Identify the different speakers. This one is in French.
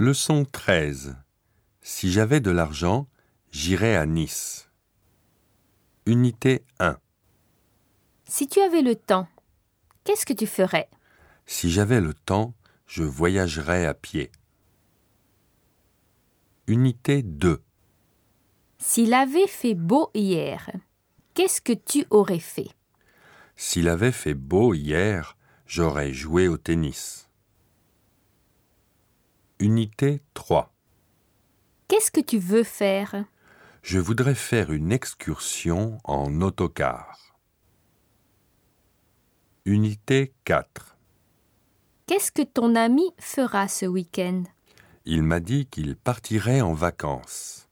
Speaker 1: Leçon 13. Si j'avais de l'argent, j'irais à Nice. Unité 1.
Speaker 2: Si tu avais le temps, qu'est-ce que tu ferais
Speaker 1: Si j'avais le temps, je voyagerais à pied. Unité 2.
Speaker 2: S'il avait fait beau hier, qu'est-ce que tu aurais fait
Speaker 1: S'il avait fait beau hier, j'aurais joué au tennis. Unité 3.
Speaker 2: Qu'est-ce que tu veux faire
Speaker 1: Je voudrais faire une excursion en autocar. Unité 4.
Speaker 2: Qu'est-ce que ton ami fera ce week-end
Speaker 1: Il m'a dit qu'il partirait en vacances.